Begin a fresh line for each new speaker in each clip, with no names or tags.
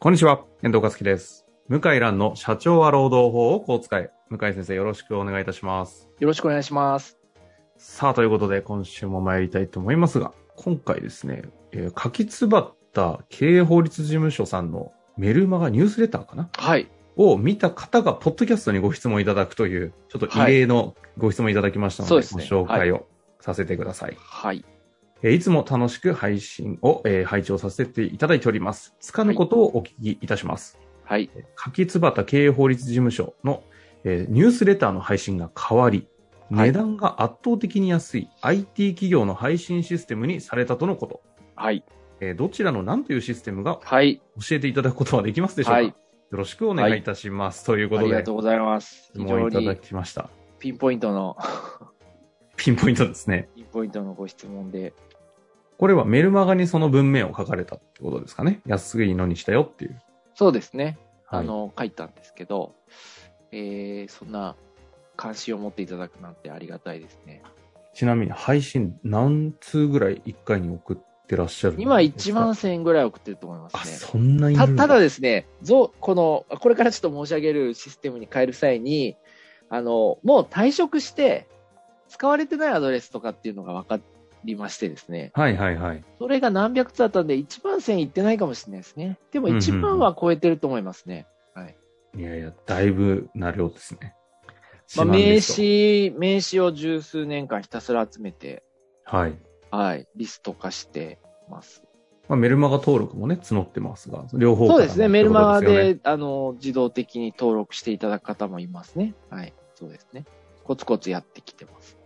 こんにちは、遠藤和樹です。向井蘭の社長は労働法をこう使え。向井先生、よろしくお願いいたします。
よろしくお願いします。
さあ、ということで、今週も参りたいと思いますが、今回ですね、えー、柿つばった経営法律事務所さんのメルマガニュースレターかな
はい。
を見た方が、ポッドキャストにご質問いただくという、ちょっと異例のご質問いただきましたので、
そうですね
ご紹介をさせてください。
はい。
えーいつも楽しく配信を、えー拝聴させていただいております。つかぬことをお聞きいたします。
はい。
柿つばた経営法律事務所の、えーニュースレターの配信が変わり、
は
値
い
段が圧倒的に安い IT 企業の配信システムにされたとのこと、
はい。
えーどちらの何というシステムが
はい。
教えていただくことはできますでしょうか、
はい
よろしくお願いいたします、というこ
あ
と
りが
で
とうございます。
質
非
問
常
いただ
に
きました
ピンポイントの、
ピンポイントですね
ピンポイントのご質問で。
これはメルマガにその文面を書かれたってことですかね安いのにしたよっていう、
そうですね。
はい
あの、書いたんですけど、えー、そんな関心を持っていただくなんてありがたいですね。
ちなみに配信何通ぐらい1回に送ってらっしゃるんですか
今1万1000ぐらい送ってると思いま
あ
すね。
そんなにいる
た
ん
ただですね、ぞこの、これからちょっと申し上げるシステムに変える際に、あの、もう退職して、使われてないアドレスとかっていうのが分かりましてですね。
はいはいはい。
それが何百つあったんで、1万1000いってないかもしれないですね。でも
うんうん
1万は超えてると思いますね。
いやいや、だいぶな量ですね。
まあ、
四万で
名
すよ。
刺、名刺を十数年間ひたすら集めて、
はい。
はい、リスト化してます。
まあ、メルマガ登録もね、募ってますが、両方か
そ
ら
う
の
ですね、メルマガ
ってことすよね。
で、あの、自動的に登録していただく方もいますね。はい、そうですね。コツコツやってきてます。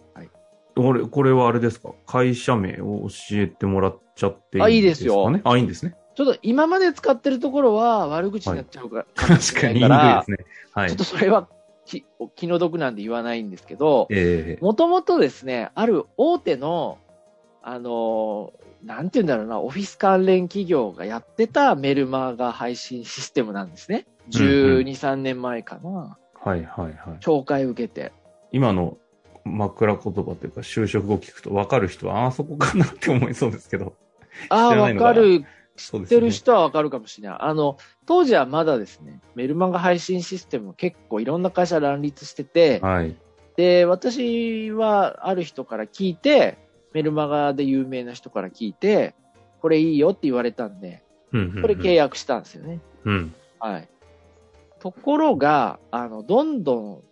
これ、これはあれですか会社名を教えてもらっちゃってい
あ
い
い
ん
い
で
ですす
か
よ
ね。あ、いいんです ね。
ちょっと今まで使ってるところは悪口になっちゃうから、
確かに言いにく
か
いで
ら
す、ね。は
ちょ
い
っと。それは気気の毒なんで言わないんですけど、
ええ
もともとですね、ある大手の、あのーなんて言うんだろうな、オフィス関連企業がやってたメルマガ配信システムなんですね。12、
うんうん
3年前かな。
はいはいはい。
紹介受けて。
今の枕言葉というか、就職後聞くと分かる人は、ああ、そこかなって思いそうです けど。
あ
知
あ、
らない
わ
のかな
かる。
そうで
知って
すね
る。人はわかるかもしれない。あの、当時はまだですね、メルマガ配信システム結構いろんな会社乱立してて、
はい。
で、私はある人から聞いて、メルマガで有名な人から聞いて、これいいよって言われたんで、こ
こ
れ契。約したんですよね。
うん。
はい。ところが、あの、どんどん、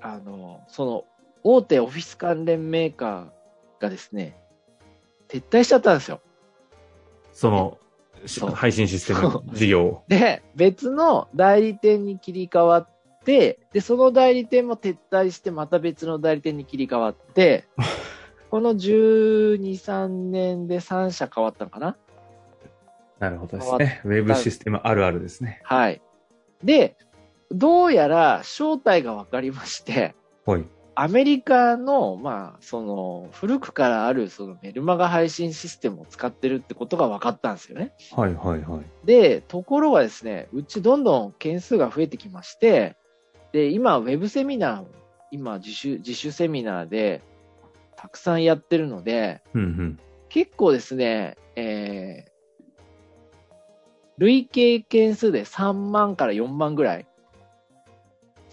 あの、その、大手オフィス関連メーカーがですね、撤退しちゃったんですよ。
その、し
そう
配信システ
そ
ム事業を。
で、別の代理店に切り替わって、で、その代理店も撤退して、また別の代理店に切り替 わって、この12、3年で3社変わったのかな
なるほどですね。ウェブシステムあるあるですね。
はい。で、どうやら正体が分かりまして、
はい。
アメリカの、まあ、その、古くからある、そのメルマガ配信システムを使ってるってことが分かったんですよね。
はいはいはい。
で、ところがですね、うちどんどん件数が増えてきまして、で、今、ウェブセミナーを、今、自主、自主セミナーで、たくさんやってるので、
うんうん。
結構ですね、えー、累計件数で3万から4万ぐらい。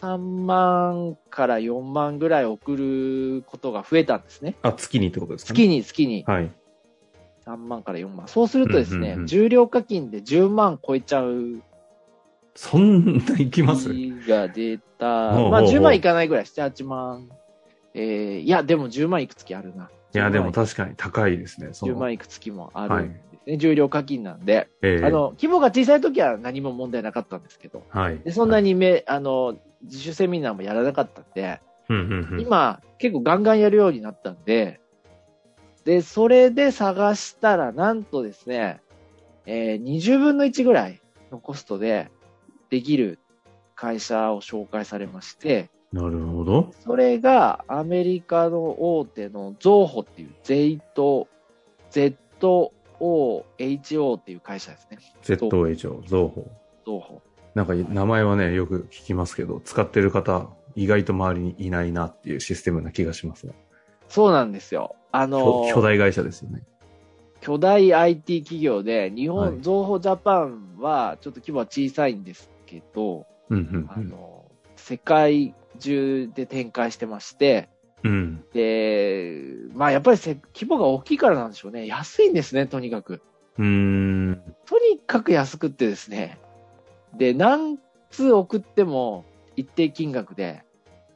3万から4万ぐらい送ることが増えたんですね。
あ、月にってことですかね。
月に月に
はい。
3万から4万。そうするとですね、
うんうんうん
重量課金で10万超えちゃう
そんな行きます
日が出た、
ほう
まあ
ほう
10万いかないぐらい、7、8万。えー、いや、でも10万いくつきあるな。
いや、でも確かに高いですね。そ
10
の
万いくつきもあるんですね。重量課金なんで、
ええ
あの、規模が小さい時は何も問題なかったんですけど、
はい。
でそんな
に。
にめ、あの、自主セミナーもやらなかったんで、
うんうんうん。
今、結構ガンガンやるようになったんで、で、それで探したら、なんとですね、えー20分の1ぐらいのコストでできる会社を紹介されまして、
なるほど。
それがアメリカの大手のゾーホっていう、ゼイト、ZOHO っていう会社ですね。
ZOHO、造法。
ゾーホ。
なんか名前はね、よく聞きますけど、使ってる方、意外と周りにいないなっていうシステムな気がしますね。
そうなんですよ。あの
巨巨大会社ですよね。
巨大 IT 企業で、日
は
本、
い
ゾーホジャパンはちょっと規模は小さいんですけど、
うん
あの、世界中で展開してまして、
うん。うん。
で、まあやっぱりせ規模が大きいからなんでしょうね。安いんですね、とにかく。
うーん。
とにかく安くってですね。で、何通送っても一定金額で、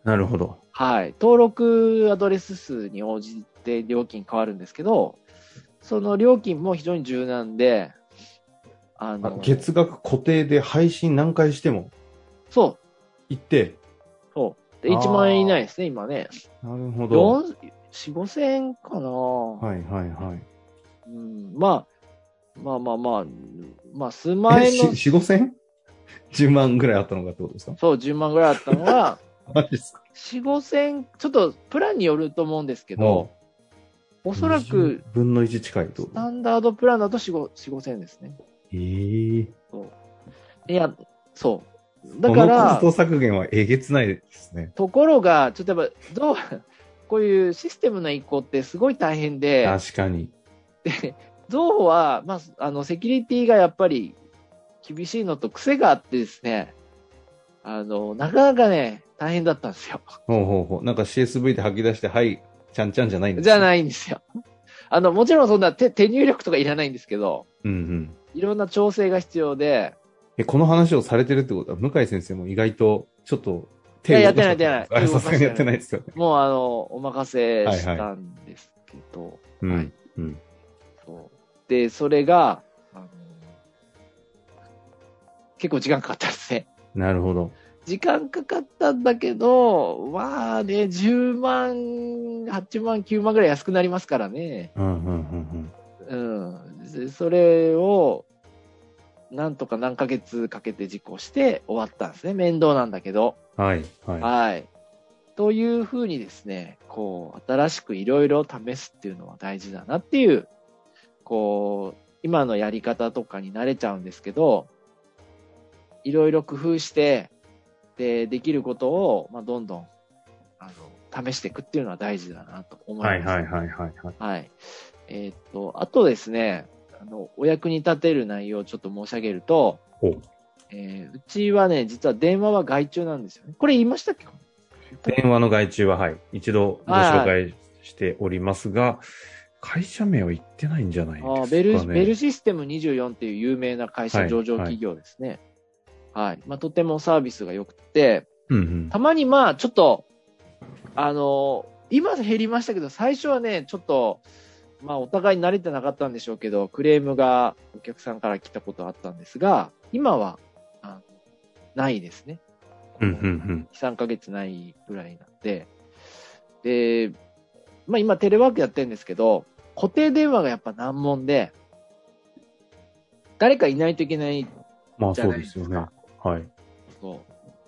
なるほど。
はい。登録アドレス数に応じて料金変わるんですけど、その料金も非常に柔軟で、あ
あ
の、
月額固定で配信何回しても
そ
一定。
う、そう。で、
あー
1万円以内ですね、今ね。
なるほど。
4、4、5千円かな、
はいはいはい。
うん、まあ、まあまあまあ、まあ、数万円の
え、し4、5千 ?10 万ぐらいあったのかってことですか
そう、10万ぐらいあった のが、
マジですか
4、5千、ちょっとプランによると思うんですけど、お
お
そらく、
分の1近いってこ
ス
と
タンダードプランだと4、5、4、5千ですね。
ええ
いや、そう。だから、
このコスト削減はえげつないですね。
ところが、ちょっとやっぱ、どう、こういうシステムの移行ってすごい大変で、
確かに。
ゾウは、まあ、あの、セキュリティがやっぱり厳しいのと癖があってですね、あの、なかなかね、大変だったんですよ。
ほうほうほう。なんか CSV で吐き出して、はい、ちゃんちゃんじゃないんです
じゃ
い。
ないんですよ。あの、もちろんそんな手手入力とかいらないんですけど、
うんうん。
いろんな調整が必要で、
え、この話をされてるってことは、向井先生も意外と、ちょっと、手
い
を
や
動
や
か
っ
してて
な
ないい
やってない
あれさすがにやってないですよね。
もうあの、お任せしたんですけど、
う
い
ん。うん。
そうで、それが、あの結構時間かかったんですね。
なるほど。
時間かかったんだけど、まあね、10万、8万、9万ぐらい安くなりますからね。
うんうんうん
うん。でそれを、なんとか何ヶ月かけて実行して終わったんですね。面倒なんだけど。
うん。はい。は
はい。というふうにですね、こう、新しくいろいろ試すっていうのは大事だなっていう、こう、今のやり方とかに慣れちゃうんですけど、いろいろ工夫して、で、できることを、まあ、どんどん、あの、試していくっていうのは大事だなと
い。
思い
はい
ます。
はいはいはいはい。
はい。えーっと、あとですね、あの、お役に立てる内容をちょっと申し上げると、
ほう
えーうちはね、実は電話は外注なんですよね。これ言いましたっけ
電話の外注は、はい。一度ご紹介しておりますが、会社名は言ってないんじゃないですか、
あ
ね。
ーベルベルシステム24っていう有名な会社、
はい
上場企業ですね。はい。まあ、とてもサービスが良くて、
うんうん
た。まにまあ、ちょっと、あのー今減りましたけど、最初はね、ちょっと、まあ、お互い慣れてなかったんでしょうけど、クレームがお客さんから来たことあったんですが、今は、あのないですね。
うんうんうん。
2、3ヶ月ないぐらいなんで、で、まあ今テレワークやってるんですけど、固定電話がやっぱ難問で、誰かいないといけない
まあ
じゃ
そう
ない
で
ですす
よね。
か。
はい。
そ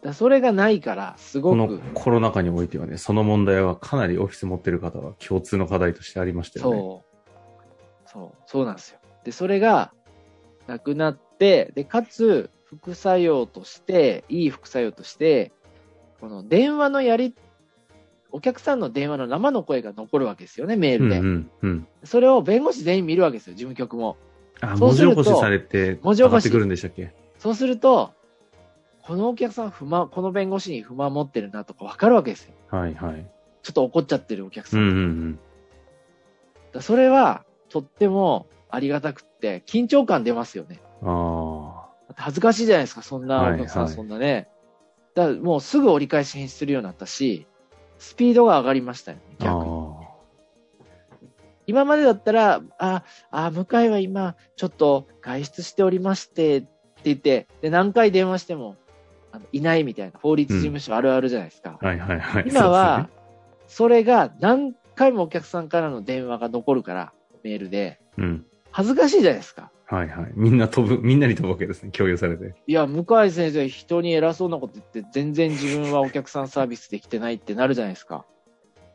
うだそれがないから、すご
この
く、
コロナ禍においてはね、その問題はかなりオフィス持ってる方は共通の課題としてありましたよね。
そう、そう、そうなんですよ。で、それがなくなって、で、かつ、副作用として、いい副作用として、この電話のやり、お客さんの電話の生の声が残るわけですよね、メー
う
ル
ん
で。
うんうん。
それを弁護士全員見るわけですよ、事務局も。
あ、
そう
文
す
字
る
起
と
こしされて、
文字
上
起こし
がってくるんでしたっけ
そうすると、このお客さん不満、この弁護士に不満持ってるなとかわかるわけですよ。
はいはい。
ちょっと怒っちゃってるお客さ
うんう
ん。だか
ん
らそれは、とってもありがたくって、緊張感出ますよね。
うん。あ
だって恥ずかしいじゃないですか、そんなお客さん、
はいはい
そんなね。だからもうすぐ折り返しにするようになったし、スピードが上がりましたよね、
あ。あ
逆に。今までだったら、あ、あ、向井は今、ちょっと外出しておりまして、って言って、で、何回電話しても、あのいないみたいな、法律事務所あるあるじゃないですか。
あ。はいはいはい。
今は、それが何回もお客さんからの電話が残るから、メールで、
うん。
恥ずかしいじゃないですか。
はいはい。みんな飛ぶ、みんなに飛ぶわけですね。共有されて。
いや、向井先生、人に偉そうなこと言って、全然自分はお客さんサービスできてないってなるじゃないですか。だか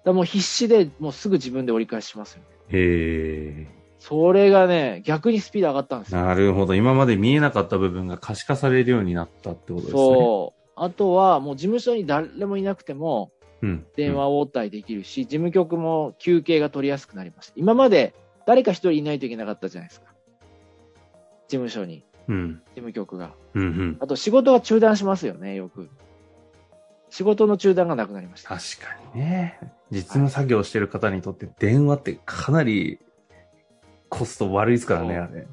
らもう必死で、もうすぐ自分で折り返しますよね。
へえ。
それがね、逆にスピード上がったんですよ。
なるほど。今まで見えなかった部分が可視化されるようになったってことですね。
そう。あとは、もう事務所に誰もいなくても、
う。ん。
電話応対できるし、事務局も休憩が取りやすくなりました。今まで誰か一人いないといけなかったじゃないですか。事務所に、
うん。
事務局が。
うん。うん。
あと仕事が中断しますよね、よく。仕事の中断がなくなりました。
確かにね。実務作業してる方にとって電話ってかなりコスト悪いですからね、
そう
あれ。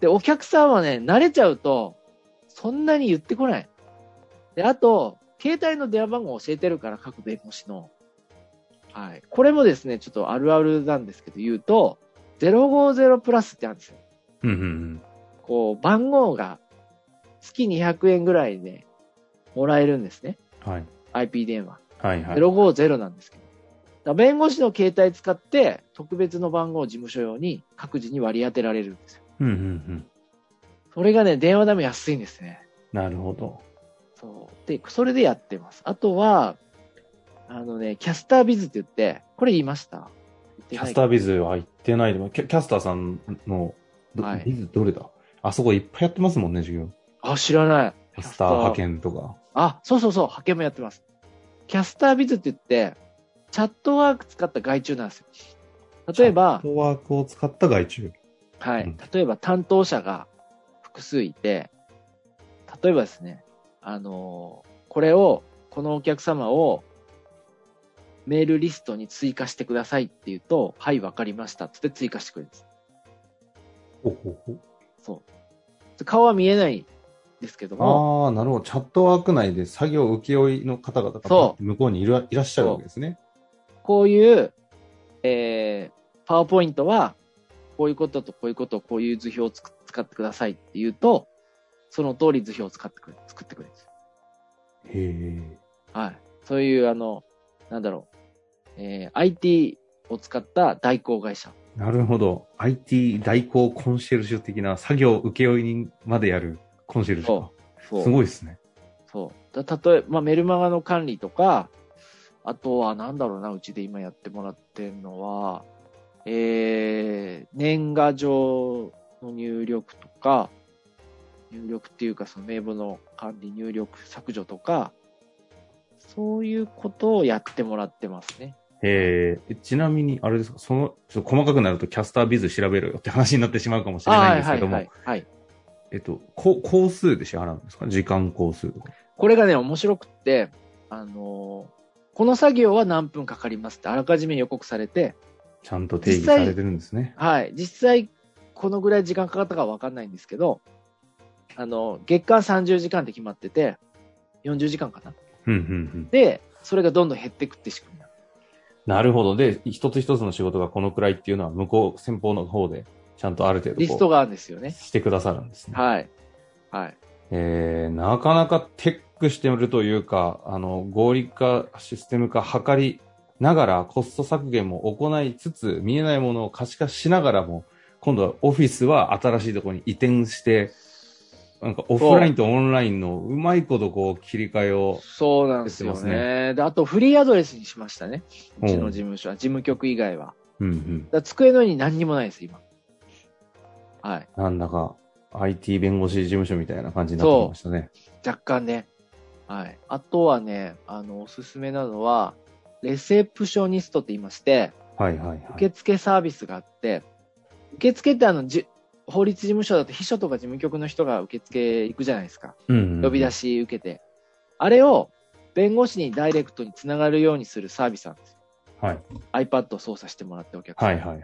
で、お客さんはね、慣れちゃうと、そんなに言ってこない。で、あと、携帯の電話番号を教えてるから、各弁護士の。はい。これもですね、ちょっとあるあるなんですけど、言うと、050プラスってあるんですよ。
うんうんうん。
こう、番号が月200円ぐらいでもらえるんですね。
はい。
IP 電話。
はいはい。
050なんですけど。だから弁護士の携帯使って、特別の番号を事務所用に各自に割り当てられるんですよ。
うんうんうん。
それがね、電話代も安いんですね。
なるほど。
そう。で、それでやってます。あとは、あのね、キャスタービズって言って、これ言いました
キャスター
ビ
ビズは行ってないでも、キャキャスターさんの、ど
はい
ビズどれだあそこいっぱいやってますもんね、授業。
あ、知らない。
キャスター派遣とか。
あ、そうそうそう、派遣もやってます。キャスタービズって言って、チャットワーク使った外注なんですよ。例えば
チャ、ットワークを使った外注。
は
う
い
ん。
例えば担当者が複数いて、例えばですね、あのーこれを、このお客様をメールリストに追加してくださいって言うと、はい、わかりましたっつって追加してくれるんです。
ほうほうほう
そう。顔は見えないですけども、
ああ、なるほど。チャットワーク内で作業請負の方々が
そ
向こうにいるいらっしゃるわけですね。
こういう、えー、パワーポイントは、こういうこととこういうことをこういう図表をつく使ってくださいって言うと、その通り図表を使ってくれ作ってくれるんですよ。
へえ。
はい。そういう、あの、なんだろう、えー、IT を使った代行会社。
なるほど。IT 代行コンシェルジュ的な作業請負人までやるコンシェルジュか。
そう。
すごいですね。
そう。だ例えば、まあ、メルマガの管理とか、あとは、なんだろうな、うちで今やってもらってるのは、えー、年賀状の入力とか、入力っていうか、その名簿の管理、入力、削除とか、そういうことをやってもらってますね。
えー、ちなみに、あれですか、その、ちょっと細かくなるとキャスタービズ調べろよって話になってしまうかもしれないんですけども、
はい、はい、はい。
えっと、こ工数で支払うんですか時間工数とか。
これがね、面白くって、あのーこの作業は何分かかりますってあらかじめ予告されて、
ちゃんと定義されてるんですね。
はい。実際、このぐらい時間かかったかは分かんないんですけど、あの、月間30時間って決まってて、40時間かな。
うんうんうん。
で、それがどんどん減ってくって仕組みなの
なるほど。で、一つ一つの仕事がこのくらいっていうのは、向こう、先方の方で、ちゃんとある程度こう
リストがあるんですよね。
してくださるんですね。
はい。はい。
えー、なかなかテックしてるというか、あの、合理化、システム化、図りながら、コスト削減も行いつつ、見えないものを可視化しながらも、今度はオフィスは新しいところに移転して、なんかオフラインとオンラインのうまいことこう切り替えを、
そうなんですよ
やってます
ね。で、あとフリーアドレスにしましたね。うち
う
の
ん
事務所は、事務局以外は。だか
うん
ら机の上に何にもないです、今。はい。
うん。なんだか、IT 弁護士事務所みたいな感じになってきましたね。
若干ね。はい。あとはね、あの、おすすめなのは、レセプショニストって言いまして、
はいはいはい。
受付サービスがあって、受付ってあの、じ法律事務所だと秘書とか事務局の人が受付行くじゃないですか。呼び出
し。
し受けて。あれを弁護士にダイレクトにつながるようにするサービスなんですよ。
はい。
iPad を操作してもらってお客さん。
はいはいはい。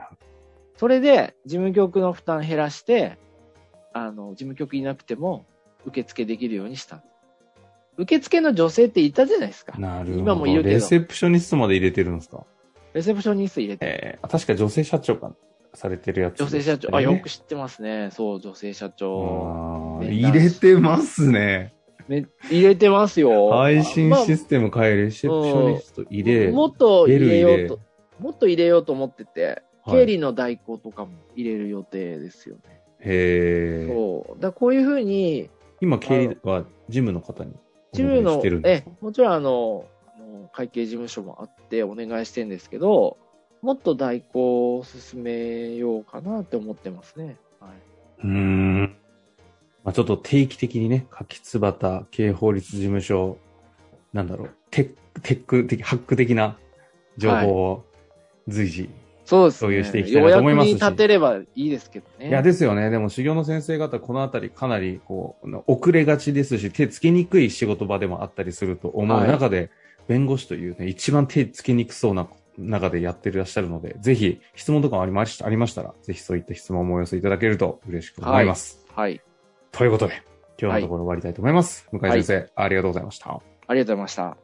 それで、事務局の負担減らして、あの、事務局いなくても、受付できるようにした。受付の女性っていたじゃないですか。
なるほど。
今もいるけど
レセプショニストまで入れてるんですか
レセプション人数入れて。
えー確か女性社長かされてるやつ、
女性社長、あ、よく知ってますね。そう、女性社長。
あー
ね
入れてますね。
め入れてますよ。
配信
まあ
システム変え、レセプショニスト入れ、
もっと入れよう
ベル入
と
れ。
もっと入れようと思ってて、
はい
経理の代行とかも入れる予定ですよね。
へえ。
そう。だからこういうふうに、
今、経理は事務の方に
事務
お願い
の
してるん、で
え
すか
えもちろんあの、あの会計事務所もあってお願いしてるんですけど、もっと代行を進めようかなって思ってますね。はい。
うーん。まあ、ちょっと定期的にね、柿椿経法律事務所、なんだろう、テック、テック的、ハック的な情報を随時。
そうです
共有
ね。
していきたいなと思いますし
ようやくに立てればいいですけどね。
いや、ですよね。でも、修行の先生方、このあたりかなり、こう、遅れがちですし、手つけにくい仕事場でもあったりすると思う
はい
中で、弁護士というね、一番手つけにくそうな中でやってらっしゃるので、ぜひ、質問とかありました、ありましたら、ぜひそういった質問もお寄せいただけると嬉しく思います。
はい。
ということで、今日のところ終わりたいと思います。向井先生、ありがとうございました。
ありがとうございました。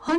本